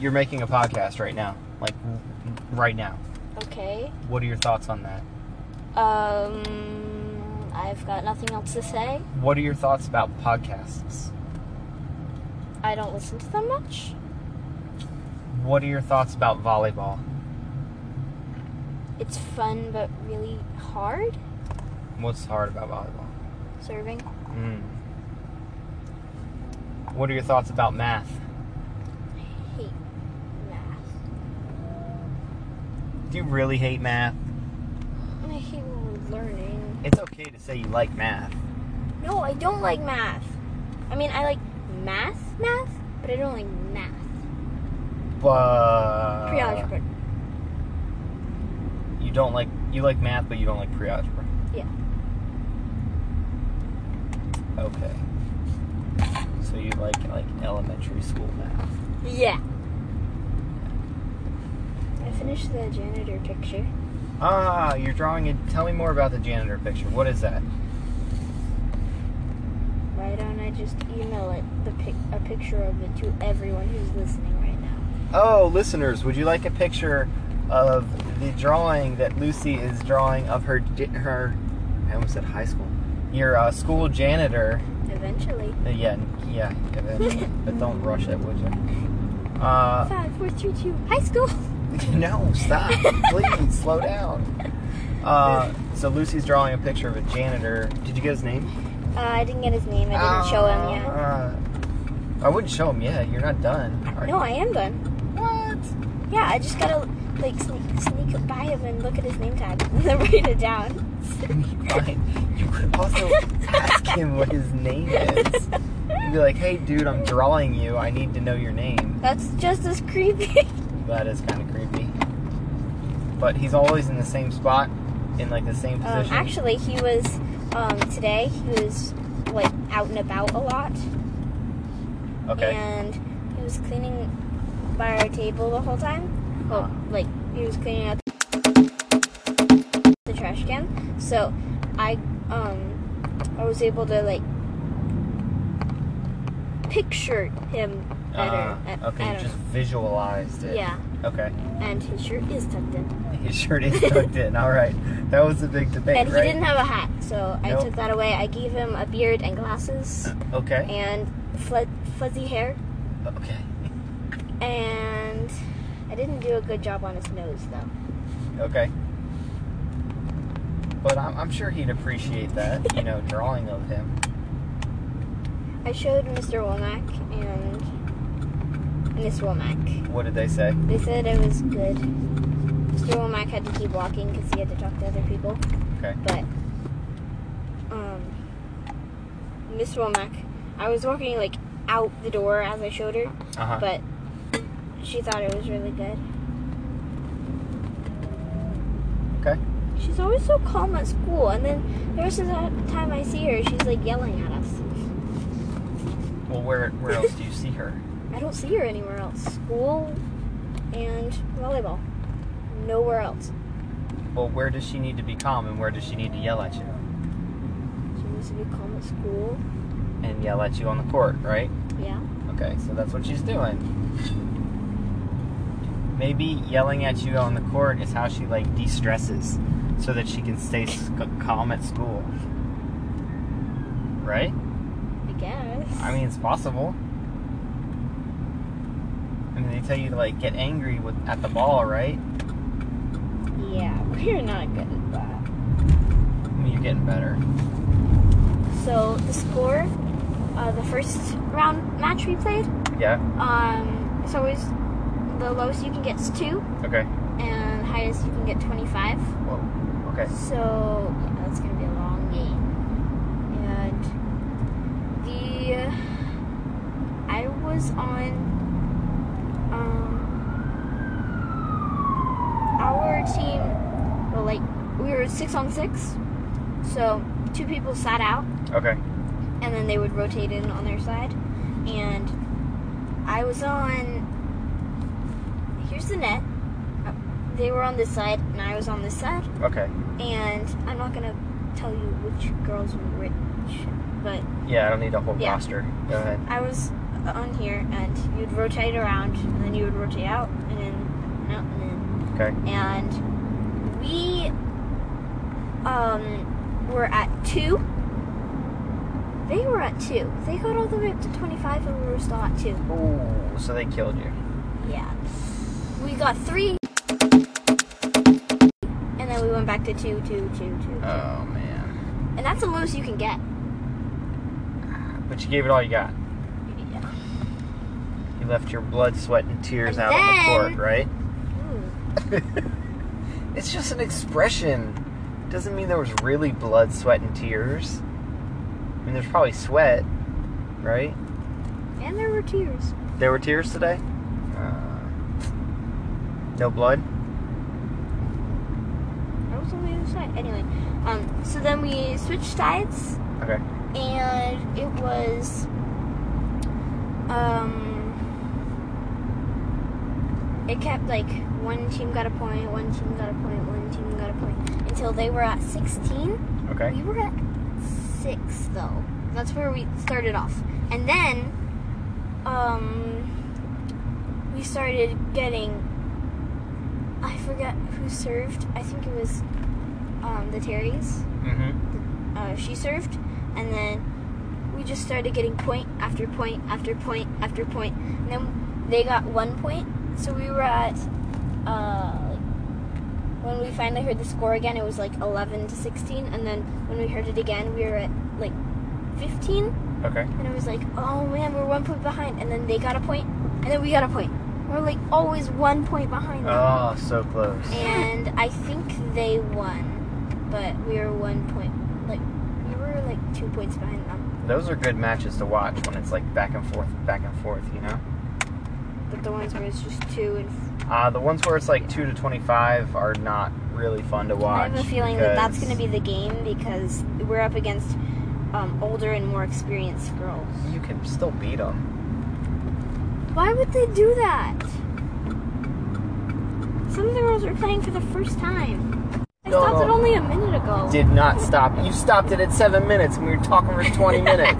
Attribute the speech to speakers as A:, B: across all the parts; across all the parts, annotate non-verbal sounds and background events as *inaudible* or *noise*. A: you're making a podcast right now, like w- right now.
B: Okay.
A: What are your thoughts on that?
B: Um, I've got nothing else to say.
A: What are your thoughts about podcasts?
B: I don't listen to them much.
A: What are your thoughts about volleyball?
B: It's fun but really hard.
A: What's hard about volleyball?
B: Serving.
A: Mm. What are your thoughts about math?
B: I hate math.
A: Do you really hate math?
B: I hate learning.
A: It's okay to say you like math.
B: No, I don't like math. I mean, I like math, math, but I don't like math.
A: But
B: Pre-algebra.
A: You don't like you like math, but you don't like pre-algebra.
B: Yeah.
A: Okay. So you like like elementary school math.
B: Yeah. I finished the janitor picture.
A: Ah, you're drawing it. Tell me more about the janitor picture. What is that?
B: Why don't I just email it the pic- a picture of it to everyone who's listening right now?
A: Oh, listeners, would you like a picture of the drawing that Lucy is drawing of her j- her? I almost said high school. Your uh, school janitor.
B: Eventually.
A: Uh, yeah, yeah, eventually. but don't rush it, would you? Uh, *laughs*
B: Five, four, three, two. High school. *laughs*
A: no, stop, please, slow down. Uh, so Lucy's drawing a picture of a janitor. Did you get his name?
B: Uh, I didn't get his name. I didn't show him yet.
A: Uh, I wouldn't show him yet. You're not done. are
B: No,
A: you?
B: I am done.
A: What?
B: Yeah, I just gotta like sneak, sneak up by him and look at his name tag *laughs* and then write it down.
A: Fine. You could also ask him what his name *laughs* is. You'd be like, hey, dude, I'm drawing you. I need to know your name.
B: *laughs* That's just as creepy. *laughs*
A: That is kind of creepy. But he's always in the same spot, in like the same
B: Um,
A: position.
B: actually, he was um, today. He was like out and about a lot,
A: okay.
B: and he was cleaning by our table the whole time. Well,
A: Oh.
B: like he was cleaning out the trash can. So I um I was able to like picture him better.
A: Ah,
B: I-
A: okay,
B: I
A: you
B: don't
A: just visualized
B: know.
A: it.
B: Yeah,
A: Okay. *laughs*
B: and his shirt is tucked in,
A: His shirt is tucked in. All right. That was the big debate,
B: and he
A: right?
B: didn't have a hat, so I
A: Nope.
B: took that away. I gave him a beard and glasses.
A: okay.
B: and fle- fuzzy hair.
A: Okay.
B: And I didn't do a good job on his nose, though.
A: Okay. But I'm, I'm sure he'd appreciate that, you know, drawing of him.
B: I showed Mr. Womack and Miss Womack.
A: What did they say?
B: They said it was good. Mr. Womack had to keep walking because he had to talk to other people.
A: Okay.
B: But um, Miss Womack, I was walking like out the door as I showed her,
A: Uh huh.
B: but she thought it was really good.
A: Okay.
B: She's always so calm at school, and then the rest of the time I see her, she's like yelling at us.
A: Well, where where else do you see her?
B: I don't see her anywhere else. School and volleyball. Nowhere else.
A: Well, where does she need to be calm and where does she need to yell at you?
B: She needs to be calm at school.
A: And yell at you on the court, right?
B: Yeah.
A: Okay, so that's what she's doing. Maybe yelling at you on the court is how she like de-stresses, so that she can stay sc- calm at school. Right?
B: I guess.
A: I mean, it's possible. I mean, they tell you to like get angry with at the ball, right?
B: Yeah, *laughs* we're not good at that.
A: I mean, you're getting better.
B: So the score, uh, the first round match we played,
A: Yeah.
B: um, it's always the lowest you can get is two,
A: Okay.
B: and highest you can get twenty-five.
A: Whoa. Okay.
B: So yeah, that's gonna be a long game. And the I was on um our team. Well, like we were six on six, so two people sat out,
A: Okay.
B: and then they would rotate in on their side. And I was on. Here's the net. Uh, They were on this side, and I was on this side
A: Okay.
B: and I'm not gonna tell you which girls were which, but
A: Yeah, I don't need a whole
B: Yeah.
A: roster. Go ahead.
B: I was on here, and you'd rotate around, and then you would rotate out, and then out, and then
A: Okay.
B: and we um were at two. They were at two. They got all the way up to twenty five and we were still at two.
A: Ooh, so they killed you.
B: Yeah. We got three and then we went back to two, two, two, two.
A: Oh man.
B: And that's the lowest you can get.
A: But you gave it all you got.
B: Yeah.
A: You left your blood, sweat, and tears
B: And
A: out
B: then-
A: on the court, right?
B: Ooh.
A: *laughs* It's just an expression. Doesn't mean there was really blood, sweat, and tears. I mean, there's probably sweat, right?
B: And there were tears.
A: There were tears today. Uh, no blood.
B: I was on the other side. Anyway. Um so then we switched sides
A: Okay.
B: and it was um it kept like one team got a point one team got a point one team got a point until they were at 16
A: Okay.
B: we were at six though that's where we started off and then um we started getting i forget who served i think it was um, the terrys
A: Mm-hmm.
B: uh, she served, and then we just started getting point after point after point after point, and then they got one point. So we were at uh, like, when we finally heard the score again, it was like eleven to sixteen, and then when we heard it again, we were at like fifteen,
A: Okay.
B: and it was like, oh man, we're one point behind, and then they got a point, and then we got a point. We're like always one point behind. them.
A: Oh, so close.
B: And I think they won, but we were one point, like we were like two points behind them.
A: Those are good matches to watch when it's like back and forth, back and forth. You know.
B: But the ones where it's just two and f-
A: Uh, the ones where it's like two to twenty-five are not really fun to
B: I
A: watch.
B: have a feeling that that's
A: because
B: going to be the game because we're up against um, older and more experienced girls.
A: You can still beat them.
B: Why would they do that? Some of the girls were playing for the first time. I
A: No,
B: stopped
A: no.
B: it only a minute ago.
A: Did not stop. You stopped it at seven minutes, and we were talking for
B: *laughs*
A: twenty minutes.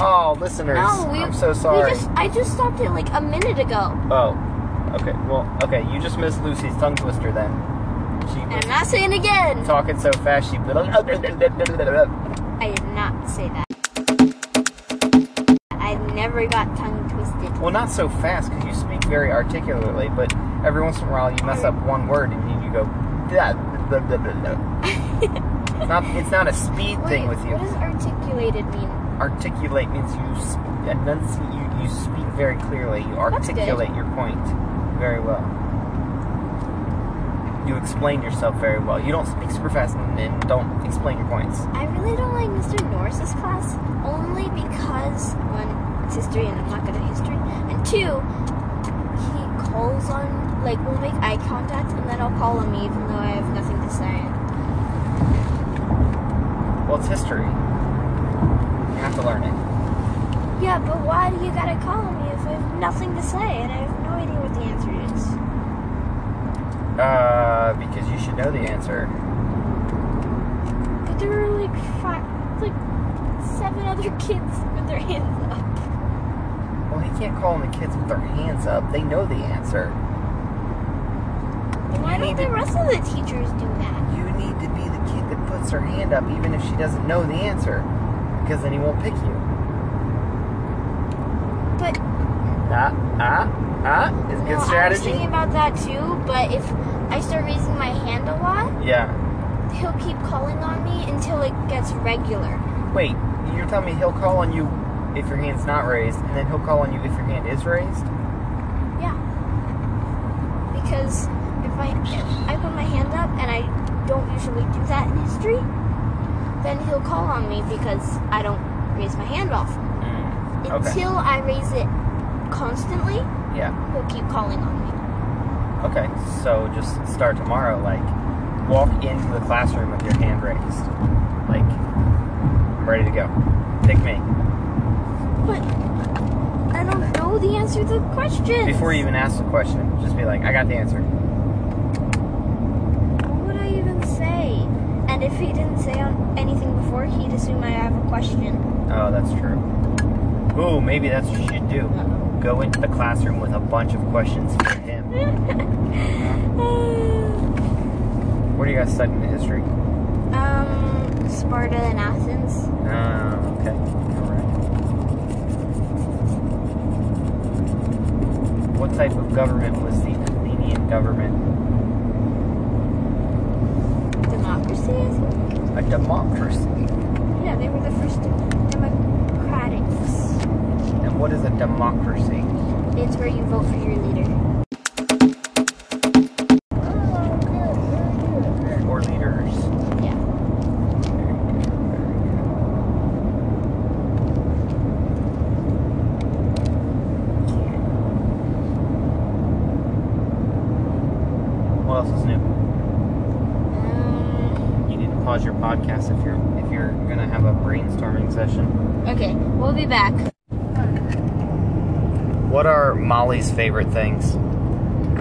A: Oh, listeners,
B: no, we,
A: I'm so sorry.
B: We just, I just stopped it like a minute ago.
A: Oh, okay. Well, okay. You just missed Lucy's tongue twister then. She
B: And
A: was
B: I'm not saying again.
A: talking so fast. She. *laughs*
B: *laughs*
A: Okay.
B: I did not say that. I never got tongue twisted.
A: Well, not so fast because you speak very articulately, but every once in a while you mess up one word and then you go. "Blah, blah, blah, blah, blah." It's not. It's not a speed thing with you.
B: What does articulated mean?
A: Articulate means you s- enunciate. You, you speak very clearly. You
B: That's good.
A: articulate your point very well. You explain yourself very well. You don't speak super fast and, and don't explain your points.
B: I really don't like Mr. Norris's class only because one, it's history and I'm not good at history, and two, he calls on like we'll make eye contact and then I'll call him even though I have nothing to say.
A: Well, it's history. You have to learn it.
B: Yeah, but why do you gotta call me if I have nothing to say and I have no idea what the answer is?
A: Uh, because you should know the answer.
B: But there were like five, like seven other *laughs* kids with their hands up.
A: Well, he can't call on the kids with their hands up. They know the answer.
B: Why
A: need
B: don't the
A: to-
B: rest of the teachers do that?
A: You need to be the kid that puts her hand up, even if she doesn't know the answer, because then he won't pick you.
B: But
A: Ah, ah, ah is a
B: no,
A: good
B: I was
A: strategy.
B: thinking about that too. But if I start raising my hand a lot,
A: Yeah.
B: he'll keep calling on me until it gets regular.
A: Wait, you're telling me he'll call on you if your hand's not raised, and then he'll call on you if your hand is raised?
B: Yeah. Because if I if I put my hand up and I don't usually do that in history, then he'll call on me because I don't raise my hand often.
A: Okay.
B: Until I raise it constantly,
A: Yeah.
B: He'll keep calling on me.
A: Okay. So just start tomorrow. Like, walk into the classroom with your hand raised. Like, I'm ready to go. Pick me.
B: But I don't know the answer to the question.
A: Before you even ask the question, just be like, I got the answer.
B: What would I even say? And if he didn't say on anything before, he'd assume I have a question. *laughs*
A: Oh, that's true. Ooh, maybe that's what you should do. Go into the classroom with a bunch of questions for him.
B: um,
A: What do you guys studying in history?
B: Um, Sparta and Athens.
A: Ah, okay. All right. What type of government was the Athenian government?
B: Democracy, I think.
A: A democracy.
B: Yeah, they were the first democratics.
A: And what is a democracy?
B: It's where you vote for your leader.
A: Or leaders.
B: Yeah.
A: Very good, very good. What else is new?
B: Um,
A: You need to pause your podcast if you're if you're gonna have a brainstorming session.
B: okay, we'll be back.
A: What are Molly's favorite things?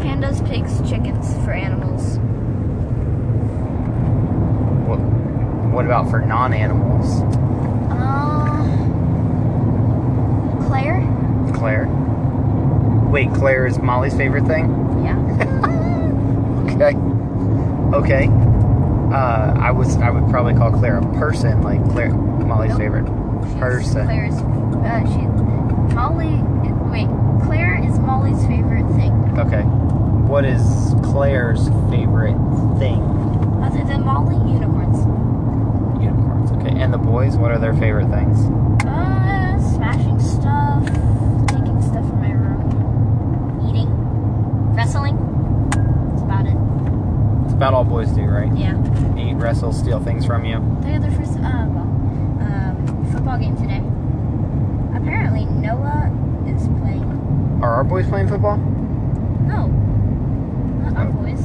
B: Pandas, pigs, chickens for animals.
A: What What about for non-animals?
B: Um, Claire?
A: Claire. Wait, Claire is Molly's favorite thing.
B: *laughs* Yeah.
A: Okay. Okay. Uh, I was I would probably call Claire a person, like Claire Molly's
B: Nope.
A: favorite person.
B: Claire is, uh, she, Molly, wait, Claire is Molly's favorite thing.
A: Okay. What is Claire's favorite thing?
B: Other than Molly, unicorns.
A: Unicorns. Okay. And the boys, what are their favorite things?
B: Uh, smashing stuff, taking stuff from my room, eating, wrestling. That's about it.
A: It's about all boys do, right?
B: Yeah.
A: Eat, wrestle, steal things from you.
B: The other first uh, well, um, football game today. Apparently Noah is playing.
A: Are our boys playing football?
B: No, not our boys.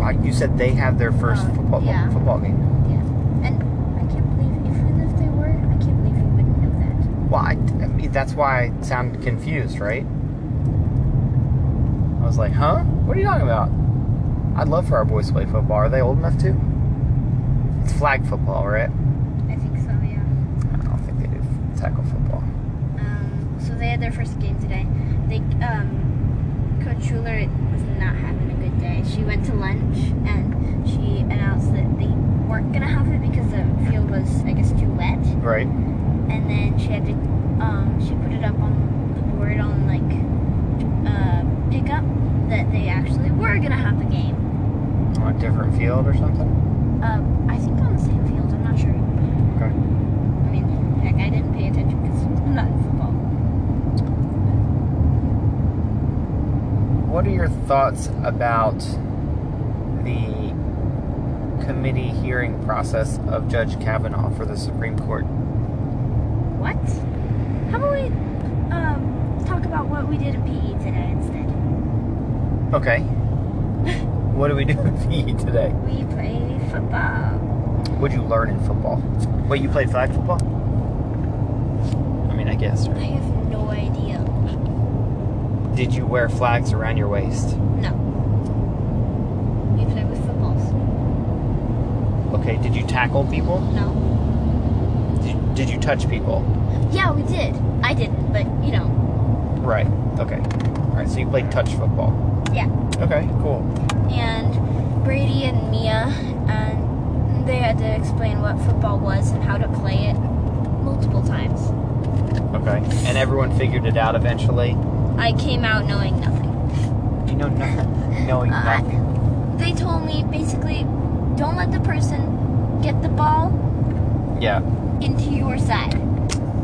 A: Uh, you said they have their first
B: Um,
A: football
B: yeah.
A: football game.
B: And I can't believe even if they were, I can't believe you wouldn't know that.
A: Well, I, I mean, that's why I sounded confused, right? I was like, huh? What are you talking about? I'd love for our boys to play football. Are they old enough to? It's flag football, right?
B: I think so, yeah.
A: I don't think they do tackle football.
B: Um, so they had their first game today. They um, Coach Schuler was not having a good day. She went to lunch and she announced that they weren't gonna have it because the field was, I guess, too wet.
A: Right.
B: and then she had to um, she put it up on the board on like uh, pickup that they actually were gonna have the game.
A: On a different field or something?
B: Uh, I think on the same field. I'm not sure.
A: Okay.
B: I mean, heck, I didn't pay attention because *laughs* I'm not in football.
A: What are your thoughts about the committee hearing process of Judge Kavanaugh for the Supreme Court?
B: What? How about we um, talk about what we did in PE today instead?
A: Okay. *laughs* what do we do in PE today?
B: We played football.
A: What'd you learn in football? Wait, you played flag football? I mean, I guess.
B: I
A: Right?
B: have no idea.
A: Did you wear flags around your waist?
B: No. We played with footballs.
A: Okay, did you tackle people?
B: No.
A: Did, did you touch people?
B: Yeah, we did. I didn't, but you know.
A: Right. Okay. All right, so you played touch football.
B: Yeah.
A: Okay, cool.
B: And Brady and Mia, and they had to explain what football was and how to play it multiple times.
A: Okay. And everyone figured it out eventually.
B: I came out knowing nothing.
A: You know nothing. *laughs* Knowing
B: Uh,
A: nothing.
B: They told me basically, don't let the person get the ball
A: Yeah.
B: into your side.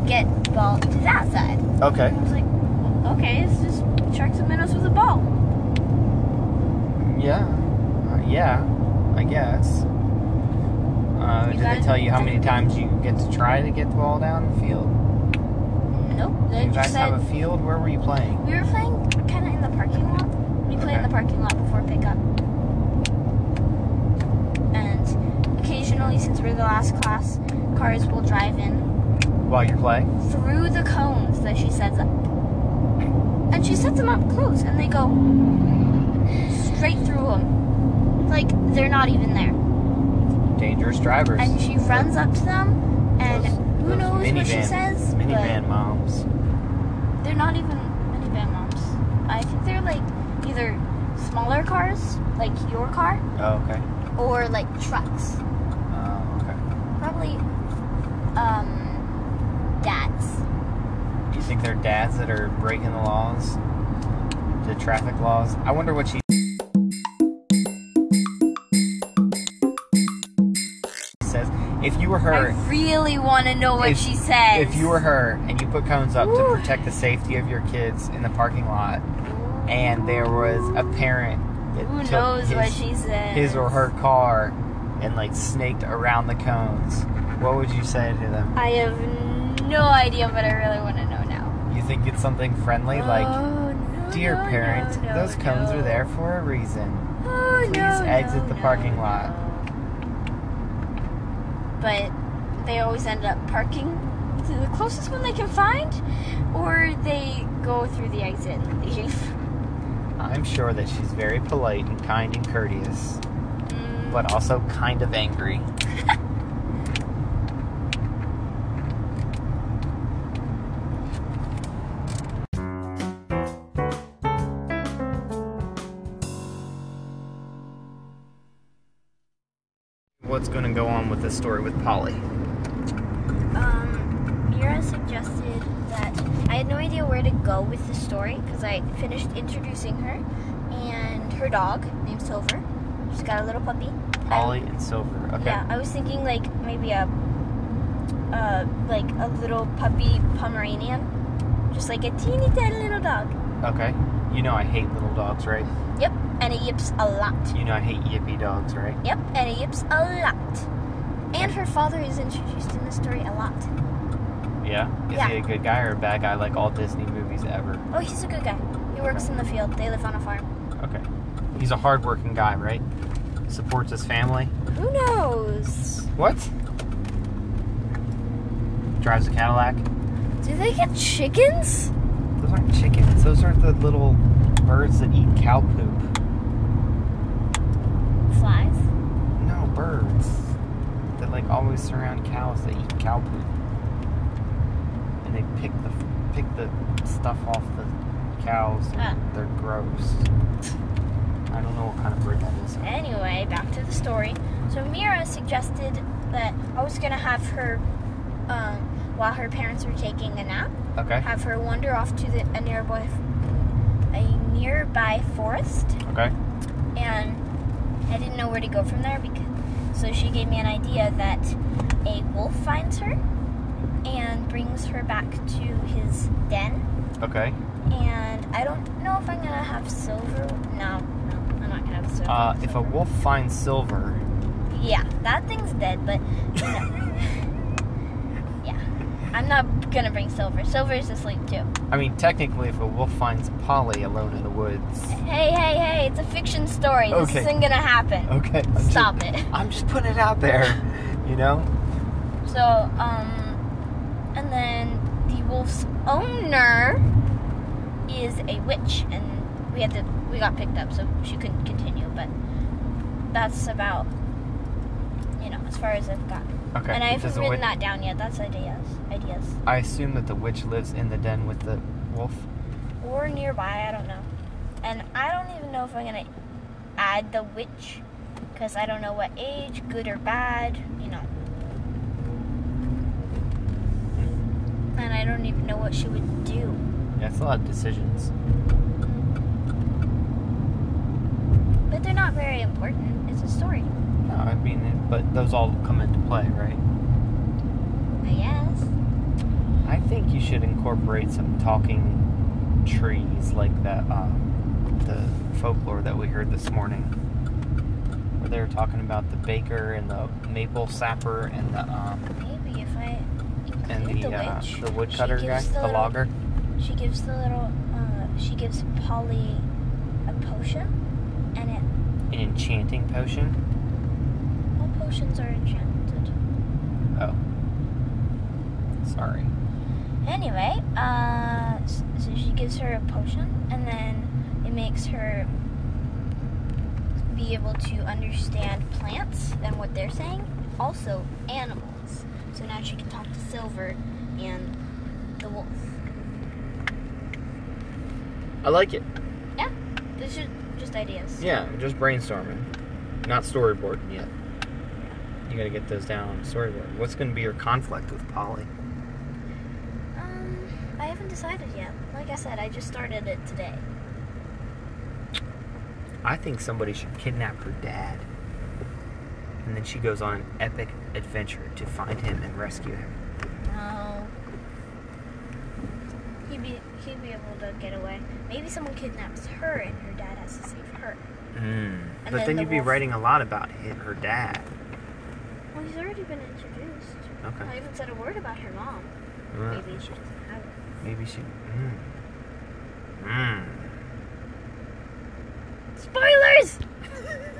B: Get the ball to that side.
A: Okay.
B: I was like, okay, it's just sharks and minnows with a ball.
A: Yeah. Uh, yeah. I guess. Uh,
B: You
A: did
B: guys-
A: they tell you how many times you get to try to get the ball down the field?
B: Nope. They
A: You
B: just
A: guys
B: said
A: have a field? Where were you playing?
B: we were playing kind of in the parking lot. We played in
A: Okay.
B: the parking lot before pickup. And occasionally, since we're the last class, cars will drive in
A: While you're playing?
B: through the cones that she sets up. And she sets them up close, and they go straight through them. Like, they're not even there.
A: Dangerous drivers.
B: And she runs up to them and Who
A: those
B: knows what she
A: minivan-
B: says,
A: Minivan moms.
B: They're not even minivan moms. I think they're like either smaller cars, like your car,
A: Oh, okay.
B: or like trucks.
A: Oh, okay.
B: Probably um dads.
A: You think they're dads that are breaking the laws, the traffic laws? I wonder what she. Says, if you were her,
B: I really want to know what
A: If-
B: she says.
A: If you were her and you put cones up
B: Ooh.
A: to protect the safety of your kids in the parking lot, and there was a parent that
B: Who
A: took
B: knows
A: his,
B: what she says?
A: his or her car and like snaked around the cones, what would you say to them?
B: I have no idea, but I really want to know now.
A: You think it's something friendly, like,
B: Oh, no,
A: dear
B: no,
A: parent,
B: no,
A: those cones
B: no.
A: are there for a reason.
B: Oh,
A: Please
B: no, no,
A: exit the
B: no,
A: parking
B: no.
A: lot.
B: But they always end up parking to the closest one they can find, or they go through the exit and leave.
A: I'm sure that she's very polite and kind and courteous,
B: Mm,
A: but also kind of angry. What's going to go on with this story with Polly?
B: Um, Mira suggested that I had no idea where to go with the story because I finished introducing her and her dog named Silver. She's got a little puppy. I-
A: Polly and Silver. Okay.
B: Yeah, I was thinking like maybe a, uh, like a little puppy Pomeranian, just like a teeny tiny little dog.
A: Okay. You know I hate little dogs, right?
B: Yep, and it yips a lot.
A: You know I hate yippy dogs, right?
B: Yep, and it yips a lot. And her father is introduced in the story a lot.
A: Yeah. Is
B: Yeah.
A: he a good guy or a bad guy like all Disney movies ever?
B: Oh, he's a good guy. He works in the field. They live on a farm.
A: Okay. He's a hardworking guy, right? Supports his family.
B: Who knows?
A: What? Drives a Cadillac.
B: Do they get chickens?
A: Those aren't chickens. Those aren't the little birds that eat cow poop.
B: Flies?
A: No, birds that like always surround cows that eat cow poop. And they pick the pick the stuff off the cows.
B: Ah.
A: They're gross. I don't know what kind of bird that is.
B: Anyway, back to the story. So Mira suggested that I was gonna have her, um, while her parents were taking a nap,
A: Okay.
B: have her wander off to the, a nearby, a nearby forest,
A: Okay.
B: and I didn't know where to go from there because. So she gave me an idea that a wolf finds her and brings her back to his den.
A: Okay.
B: And I don't know if I'm gonna have silver. No, no, I'm not gonna have silver.
A: Uh, if a
B: Silver.
A: wolf finds silver,
B: Yeah, that thing's dead, but *laughs* you know. yeah. I'm not gonna bring Silver. Silver's asleep too.
A: I mean, technically, if a wolf finds Polly alone in the woods. *laughs*
B: Hey, hey, hey, it's a fiction story. This
A: Okay.
B: isn't gonna happen.
A: Okay. I'm just-
B: Stop it.
A: I'm just putting it out
B: *laughs*
A: there, you know?
B: So, um, and then the wolf's owner is a witch, and we had to, we got picked up, so she couldn't continue, but that's about, you know, as far as I've got.
A: Okay.
B: And I
A: does
B: haven't
A: the
B: written
A: witch-
B: that down yet. That's ideas. Ideas.
A: I assume that the witch lives in the den with the wolf.
B: or nearby. I don't know. And I don't even know if I'm gonna add the witch because I don't know what age, good or bad, you know. And I don't even know what she would do.
A: Yeah, it's a lot of decisions.
B: But they're not very important. It's a story,
A: No, I mean, it- but those all come into play, right?
B: I guess.
A: I think you should incorporate some talking trees like that, um, the folklore that we heard this morning. Where they were talking about the baker and the maple sapper and the, um,
B: Maybe if I
A: and
B: include
A: the, uh,
B: witch,
A: the woodcutter
B: she
A: guy,
B: gives
A: the,
B: little-
A: logger.
B: She gives the little. Uh, she gives Polly a potion, and it
A: An enchanting potion.
B: all potions are enchanted.
A: Oh. Sorry.
B: Anyway, uh, s- so she gives her a potion, and then it makes her be able to understand plants and what they're saying, also animals. So now she can talk to Silver and the wolf.
A: I like it.
B: Yeah, this is just ideas.
A: Yeah, just brainstorming, not storyboarding yet. You gotta get those down on storyboard. What's gonna be your conflict with Polly?
B: Um, I haven't decided yet. Like I said, I just started it today.
A: I think somebody should kidnap her dad. And then she goes on an epic adventure to find him and rescue him.
B: No. He'd be he'd be able to get away. Maybe someone kidnaps her and her dad has to save her.
A: Mm. But
B: then
A: then,
B: the
A: you'd be
B: wolf-
A: writing a lot about him, her dad.
B: Well, he's already been introduced.
A: Okay.
B: I haven't said a word about her mom.
A: Uh,
B: Maybe she doesn't have it.
A: maybe she. Mm. Mm.
B: Spoilers! *laughs*